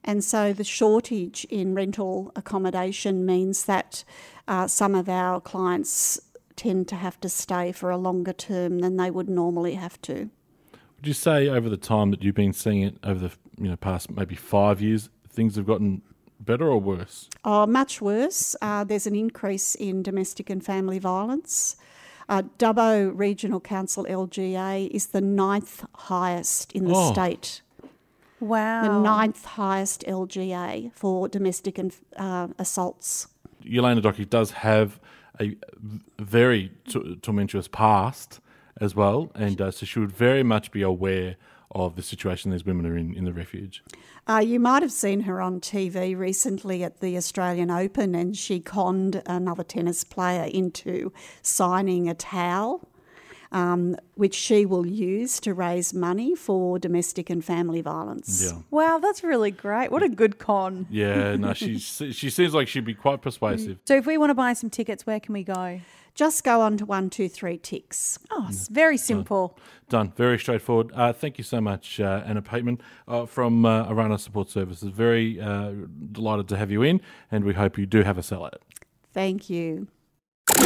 F: and so the shortage in rental accommodation means that uh, some of our clients tend to have to stay for a longer term than they would normally have to.
B: Would you say over the time that you've been seeing it over the you know past maybe five years, things have gotten better or worse?
F: Oh, much worse. Uh, there's an increase in domestic and family violence. Uh, Dubbo Regional Council LGA is the ninth highest in the
B: Oh.
F: state.
C: Wow.
F: The ninth highest LGA for domestic and uh, assaults.
B: Yelena Docky does have a very t- tumultuous past as well, and uh, so she would very much be aware of the situation these women are in in the refuge.
F: Uh, you might have seen her on TV recently at the Australian Open, and she conned another tennis player into signing a towel, um, which she will use to raise money for domestic and family violence.
B: Yeah.
C: Wow, that's really great. What a good con.
B: Yeah, no, [LAUGHS] she she seems like she'd be quite persuasive.
C: So, if we want to buy some tickets, where can we go?
F: Just go on to one, two, three ticks.
C: Oh, it's very simple.
B: Done. Very straightforward. Uh, thank you so much, uh, Anna Pateman uh, from uh, Arana Support Services. Very uh, delighted to have you in, and we hope you do have a sell at it.
F: Thank you.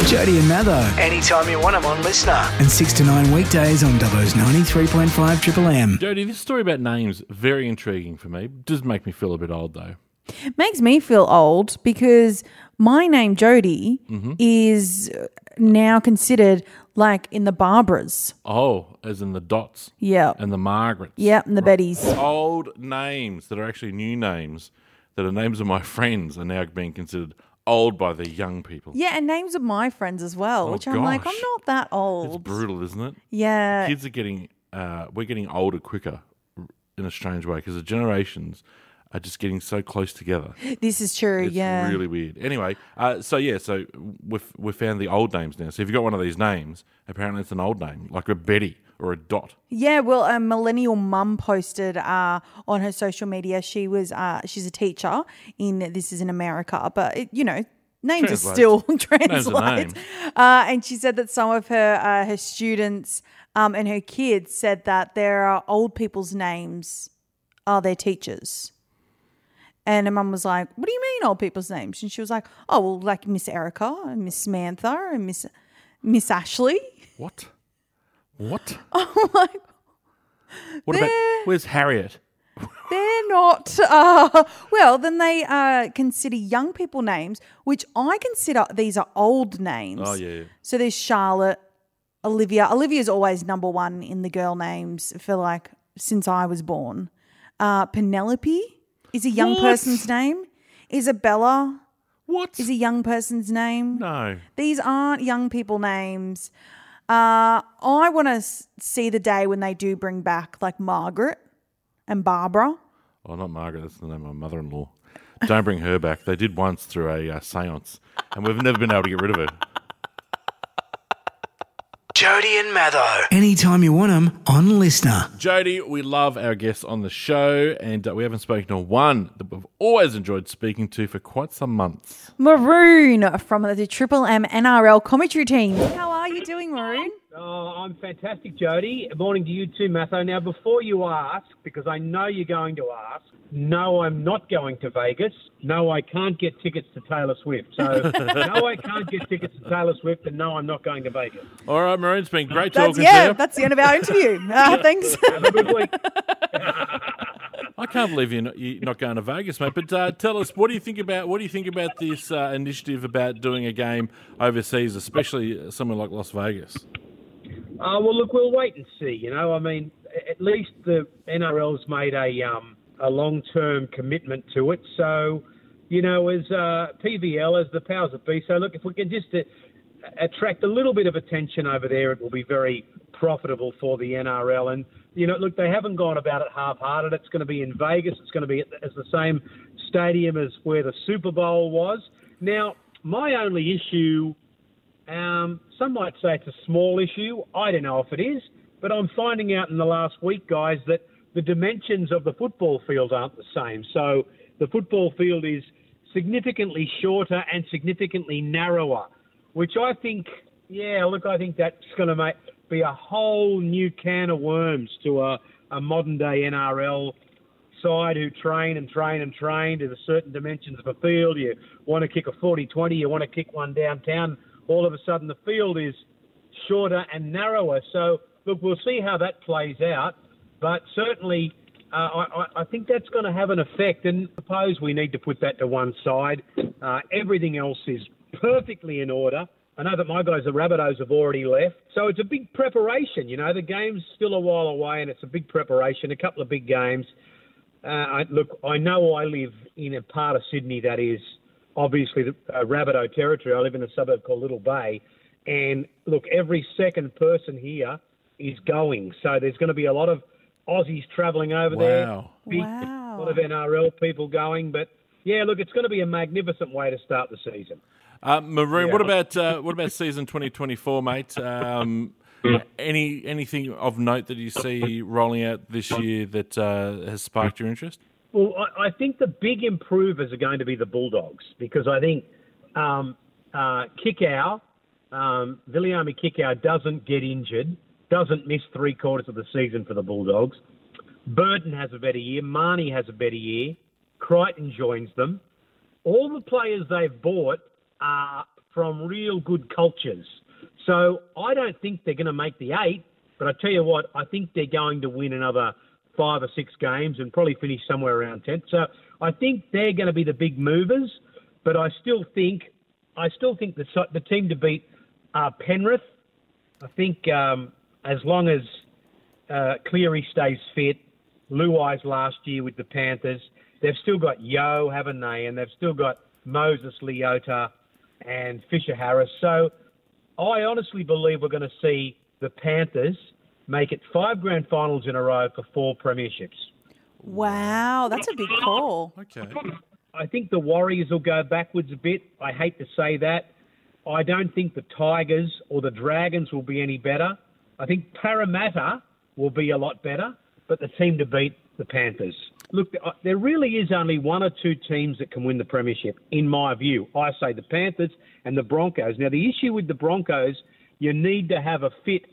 A: Jody and Matho.
D: Anytime you want 'em on Listener.
A: And 6 to 9 weekdays on Dubbo's 93.5 Triple M.
B: Jody, this story about names very intriguing for me. Does make me feel a bit old though.
C: Makes me feel old because my name, Jody,
B: Mm-hmm.
C: is now considered like in the Barbaras.
B: Oh, as in the dots
C: Yeah.
B: and the Margarets.
C: Yeah, and the Bettys.
B: Old names that are actually new names that are names of my friends are now being considered old by the young people.
C: Yeah, and names of my friends as well,
B: Oh,
C: which I'm like,
B: gosh.
C: I'm not that
B: It's
C: old.
B: brutal, isn't it?
C: yeah.
B: kids are getting uh, we're getting older quicker in a strange way because the generations are just getting so close together.
C: This is [LAUGHS] true.
B: It's
C: yeah.
B: really weird. Anyway, uh, so yeah, so we've we found the old names now. So if you've got one of these names, apparently it's an old name, like a Betty or a Dot.
C: Yeah, well, a millennial mum posted uh, on her social media. She was uh, she's a teacher in this is in America, but it, you know names are
B: Translates.
C: still [LAUGHS]
B: Name's a
C: translate. Uh, and she said that some of her uh, her students um, and her kids said that there are old people's names are their teachers. And her mum was like, "What do you mean old people's names?" And she was like, "Oh, well, like Miss Erica and Miss Samantha and Miss Miss Ashley." [LAUGHS]
B: What? What?
C: Oh, I'm like,
B: What about where's Harriet?
C: They're not. Uh, well, then they uh, consider young people names, which I consider these are old names.
B: Oh, yeah, yeah.
C: So there's Charlotte, Olivia. Olivia's always number one in the girl names for like since I was born. Uh, Penelope is a young
B: What?
C: person's name. Isabella
B: What?
C: is a young person's name.
B: no.
C: These aren't young people names. Uh, I want to see the day when they do bring back like Margaret and Barbara.
B: Oh, not Margaret. That's the name of my mother-in-law. Don't bring her back. They did once through a uh, séance, and we've never been able to get rid of her.
D: Jody and Matho.
A: Anytime you want 'em on Listener.
B: Jody, we love our guests on the show, and uh, we haven't spoken to one that we've always enjoyed speaking to for quite some months.
C: Maroon from the Triple M NRL commentary team. How are you doing, Maroon?
G: Oh, I'm fantastic, Jody. Morning to you too, Matho. Now, before you ask, because I know you're going to ask, no, I'm not going to Vegas. No, I can't get tickets to Taylor Swift. So, no, I can't get tickets to Taylor Swift, and no, I'm not going to Vegas.
B: All right, Maroon, it's been great
C: That's,
B: talking
C: yeah,
B: to you.
C: that's the end of
B: [LAUGHS]
C: our interview. Uh, thanks.
G: Have a good week.
B: I can't believe you're not, you're not going to Vegas, mate. But uh, tell us, what do you think about what do you think about this uh, initiative about doing a game overseas, especially uh, somewhere like Las Vegas?
G: Uh, well, look, we'll wait and see. You know, I mean, a- at least the NRL's made a um, a long term commitment to it. So, you know, as uh, PVL, as the powers that be. So, look, if we can just uh, attract a little bit of attention over there, it will be very profitable for the NRL. And you know, look, they haven't gone about it half hearted. It's going to be in Vegas. It's going to be at the, it's the same stadium as where the Super Bowl was. Now, my only issue um, some might say it's a small issue. I don't know if it is, but I'm finding out in the last week, guys, that the dimensions of the football field aren't the same. So the football field is significantly shorter and significantly narrower, which I think, yeah, look, I think that's going to make be a whole new can of worms to a, a modern day NRL side who train and train and train to the certain dimensions of a field. You want to kick a 40 20, you want to kick one downtown. All of a sudden, the field is shorter and narrower. So, look, we'll see how that plays out. But certainly, uh, I, I I think that's going to have an effect. And I suppose we need to put that to one side. Uh, everything else is perfectly in order. I know that my guys, the Rabbitohs, have already left. So it's a big preparation. You know, the game's still a while away, and it's a big preparation, a couple of big games. Uh, I, look, I know I live in a part of Sydney that is obviously the uh, Rabbitoh territory. I live in a suburb called Little Bay, and look, every second person here is going. So there's going to be a lot of Aussies travelling over
B: Wow.
G: there. Big- A lot
C: Wow.
G: of NRL people going, but yeah, look, it's going to be a magnificent way to start the season.
B: Uh, Maroon, what about uh, what about season twenty twenty four, mate? Um, any anything of note that you see rolling out this year that uh, has sparked your interest?
G: Well, I, I think the big improvers are going to be the Bulldogs because I think um, uh, Kickow, um, Viliami Kickow doesn't get injured, doesn't miss three quarters of the season for the Bulldogs. Burton has a better year. Marnie has a better year. Crichton joins them. All the players they've bought are from real good cultures. So I don't think they're going to make the eight, but I tell you what, I think they're going to win another five or six games and probably finish somewhere around 10th. So I think they're going to be the big movers, but I still think I still think the, so- the team to beat are Penrith. I think um, as long as uh, Cleary stays fit. Luai's last year with the Panthers. They've still got Yo, haven't they? And they've still got Moses Leota and Fisher Harris. So I honestly believe we're going to see the Panthers make it five grand finals in a row for four premierships.
C: Wow, that's a big call.
B: Okay.
G: I think the Warriors will go backwards a bit. I hate to say that. I don't think the Tigers or the Dragons will be any better. I think Parramatta will be a lot better, but the team to beat the Panthers. Look, th- uh, there really is only one or two teams that can win the premiership, in my view. I say the Panthers and the Broncos. Now, the issue with the Broncos, you need to have a fit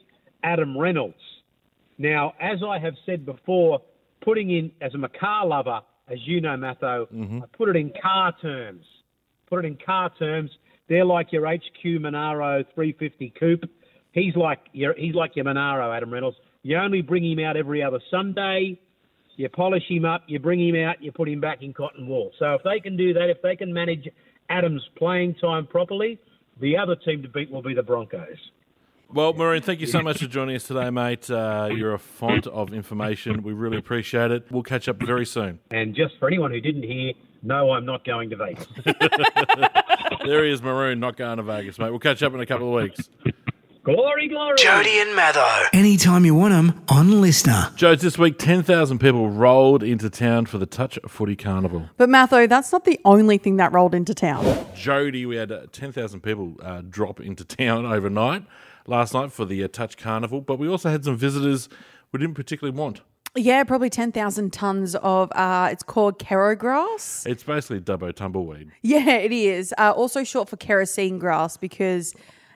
G: Adam Reynolds. Now, as I have said before, putting in as a car lover, as you know, Matho, I put it in car terms. Put it in car terms. They're like your HQ Monaro 350 coupe. He's like your he's like your Monaro, Adam Reynolds. You only bring him out every other Sunday. You polish him up, you bring him out, you put him back in cotton wool. So if they can do that, if they can manage Adams' playing time properly, the other team to beat will be the Broncos.
B: Well, Maureen, thank you so much for joining us today, mate. Uh, you're a font of information. We really appreciate it. We'll catch up very soon.
G: And just for anyone who didn't hear, no, I'm not going to Vegas. [LAUGHS]
B: There he is, Maroon, not going to Vegas, mate. We'll catch up in a couple of weeks.
G: glory, glory.
D: Jody and Matho.
A: Anytime you want 'em on Listener.
B: Joes, this week, 10,000 people rolled into town for the Touch Footy Carnival.
C: But Matho, that's not the only thing that rolled into town.
B: Jody, we had uh, 10,000 people uh, drop into [LAUGHS] town overnight last night for the uh, Touch Carnival, but we also had some visitors we didn't particularly want.
C: Yeah, probably 10,000 tons of, uh, it's called kero grass.
B: It's basically Dubbo Tumbleweed.
C: Yeah, it is. Uh, also short for kerosene grass because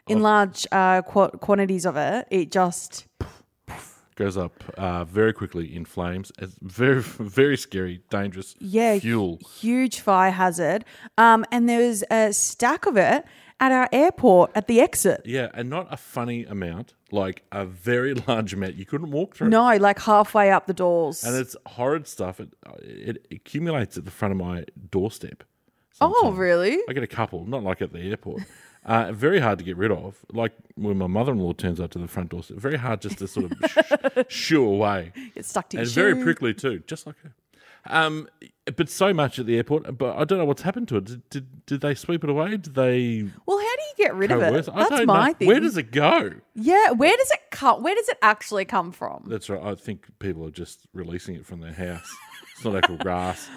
C: in
B: Oh.
C: large uh, qu- quantities of it, it just,
B: Goes up uh, very quickly in flames. It's very, [LAUGHS] very scary, dangerous
C: yeah,
B: fuel.
C: huge fire hazard. Um, and there was a stack of it at our airport at the exit.
B: Yeah, and not a funny amount, like a very [LAUGHS] large amount. You couldn't walk through.
C: No, like halfway up the doors.
B: And it's horrid stuff. It, uh, it accumulates at the front of my doorstep.
C: oh,
B: sometimes.
C: really?
B: I get a couple, not like at the airport. Uh, very hard to get rid of. Like when my mother in law turns up to the front doorstep, very hard just to sort of sh- shoo away.
C: It's stuck [LAUGHS] to your
B: and very
C: shoe.
B: prickly too, just like her. Um, but so much at the airport. But I don't know what's happened to it. Did did, did they sweep it away? Did they?
C: Well, how do you get rid of
B: go
C: it?
B: worse? I
C: That's
B: don't
C: my
B: know.
C: thing.
B: Where does it go?
C: yeah, where does it come? Where does it actually come from?
B: That's right. I think people are just releasing it from their house. It's not actual grass.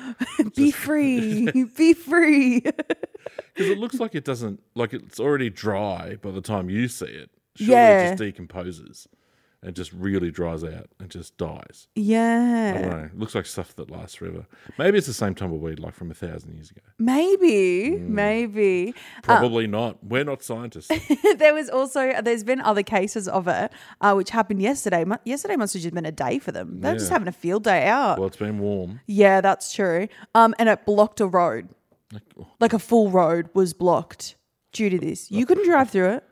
C: Be
B: [LAUGHS]
C: free, [LAUGHS] be free.
B: Because it looks like it doesn't, like it's already dry by the time you see it. Surely it
C: Yeah.
B: just decomposes and just really dries out and just dies. I don't
C: yeah,
B: know. It looks like stuff that lasts forever. Maybe it's the same tumbleweed like from a thousand years ago.
C: maybe,
B: Hmm.
C: maybe. [LAUGHS]
B: Probably not. We're not scientists.
C: there was also there's been other cases of it, uh, which happened yesterday. Mu- Yesterday must have just been a day for them. They're just
B: Yeah.
C: having a field day out.
B: well, it's been warm.
C: yeah, that's true. Um, and it blocked a road,
B: oh.
C: like a full road was blocked due to this. You couldn't drive through it.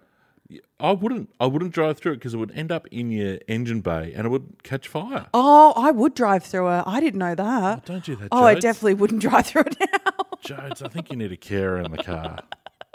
B: I wouldn't. I wouldn't drive through it because it would end up in your engine bay and it would catch fire.
C: Oh, I would drive through it. I didn't know that.
B: don't do that,
C: Oh, I
B: Jodes.
C: definitely wouldn't [LAUGHS] drive through it now.
B: Jones, I think you need a care in the car.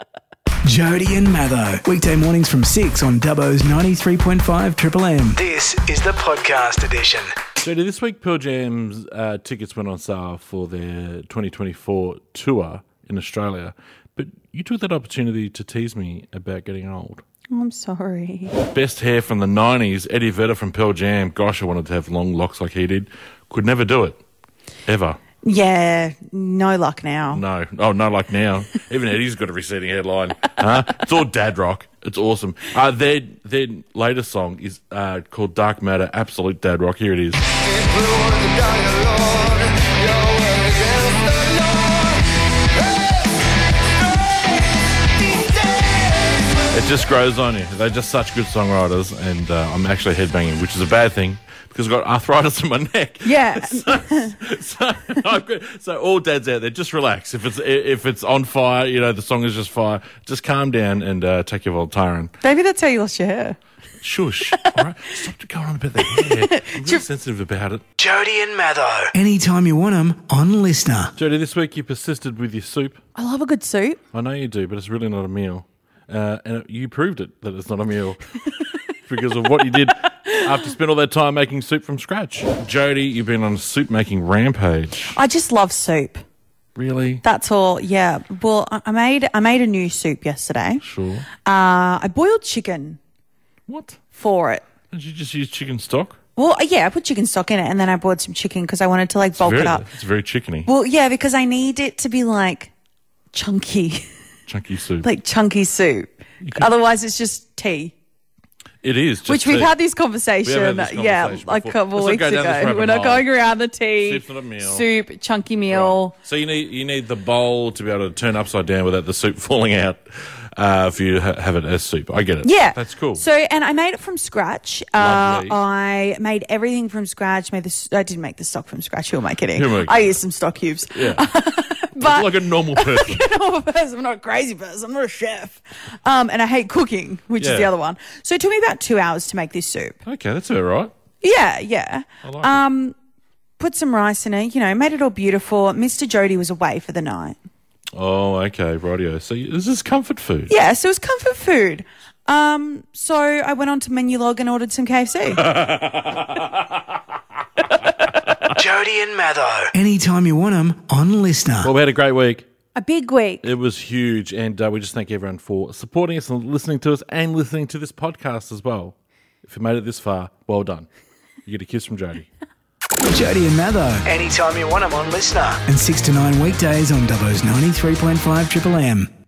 C: [LAUGHS]
A: Jody and Matho. Weekday mornings from 6 on Dubbo's 93.5 Triple M.
D: This is the podcast edition.
B: Jody, this week Pearl Jam's uh, tickets went on sale for their 2024 tour in Australia, but you took that opportunity to tease me about getting old.
C: Oh, I'm sorry.
B: Best hair from the 90s, Eddie Vedder from Pearl Jam. Gosh, I wanted to have long locks like he did. Could never do it. Ever.
C: Yeah, no luck now.
B: No. Oh, no, like now. [LAUGHS] Even Eddie's got a receding headline. [LAUGHS] Huh? It's all dad rock. It's awesome. Uh, their, their latest song is uh, called Dark Matter, Absolute Dad Rock. Here it is. It just grows on you. They're just such good songwriters, and uh, I'm actually headbanging, which is a bad thing because I've got arthritis in my neck. [LAUGHS]
C: Yeah.
B: so, so, [LAUGHS] I've got, so all dads out there, just relax. If it's if it's on fire, you know the song is just fire. Just calm down and uh, take your Voltaren.
C: Maybe that's how you lost your hair.
B: Shush. all right, stop going on about the hair. I'm really sensitive about it.
D: Jody and Matho.
A: Anytime you want 'em on Listener.
B: Jody, this week you persisted with your soup.
C: I love a good soup.
B: I know you do, but it's really not a meal. Uh, and you proved it that it's not a
C: [LAUGHS]
B: meal because of what you did after spending all that time making soup from scratch. Jody, you've been on a soup making rampage.
C: I just love soup.
B: Really?
C: That's all. Yeah. Well, I I made I made a new soup yesterday.
B: Sure.
C: Uh, I boiled chicken
B: What?
C: for it.
B: Did you just use chicken stock?
C: Well, yeah, I put chicken stock in it, and then I boiled some chicken because I wanted to like bulk
B: very,
C: it up.
B: It's very chickeny.
C: Well, yeah, because I need it to be like chunky, [LAUGHS]
B: chunky soup.
C: like chunky soup. Otherwise, it's just tea.
B: it is. Just
C: Which we've
B: soup.
C: had this conversation,
B: We have had this
C: yeah,
B: conversation
C: like a
B: before.
C: couple
B: Let's not
C: weeks
B: go down this
C: ago.
B: rabbit
C: We're not
B: hole.
C: going around the tea,
B: Soup's not a meal.
C: soup, chunky meal.
B: So you need you need the bowl to be able to turn upside down without the soup [LAUGHS] falling out uh, for you to ha- have it as soup. I get it.
C: Yeah,
B: that's cool.
C: So, and I made it from scratch. Uh,
B: Lovely.
C: I made everything from scratch. Made this. I didn't make the stock from scratch. Who am I kidding?
B: Who am I
C: I used some stock cubes. [LAUGHS]
B: yeah,
C: But
B: like a normal person.
C: [LAUGHS] I'm a person. I'm not a crazy person. I'm not a chef. Um, and I hate cooking, which
B: Yeah.
C: is the other one. So it took me about two hours to make this soup.
B: okay, that's all right.
C: Yeah, yeah.
B: like it.
C: um, put some rice in it. You know, made it all beautiful. Mr. Jody was away for the night.
B: Oh, okay, radio. So this is comfort food.
C: Yeah, so it was comfort food. Um, so I went on to menu log and ordered
B: [LAUGHS]
C: some KFC.
D: Jody and Matho.
A: Anytime you want them on Listener.
B: Well, we had a great week.
C: A big week.
B: It was huge, and uh, we just thank everyone for supporting us and listening to us and listening to this podcast as well. If you made it this far, well done. You get a kiss from Jody.
A: Jody and Matho.
D: Anytime you want them on Listener.
A: And 6 to 9 weekdays on Dubbo's 93.5 Triple M.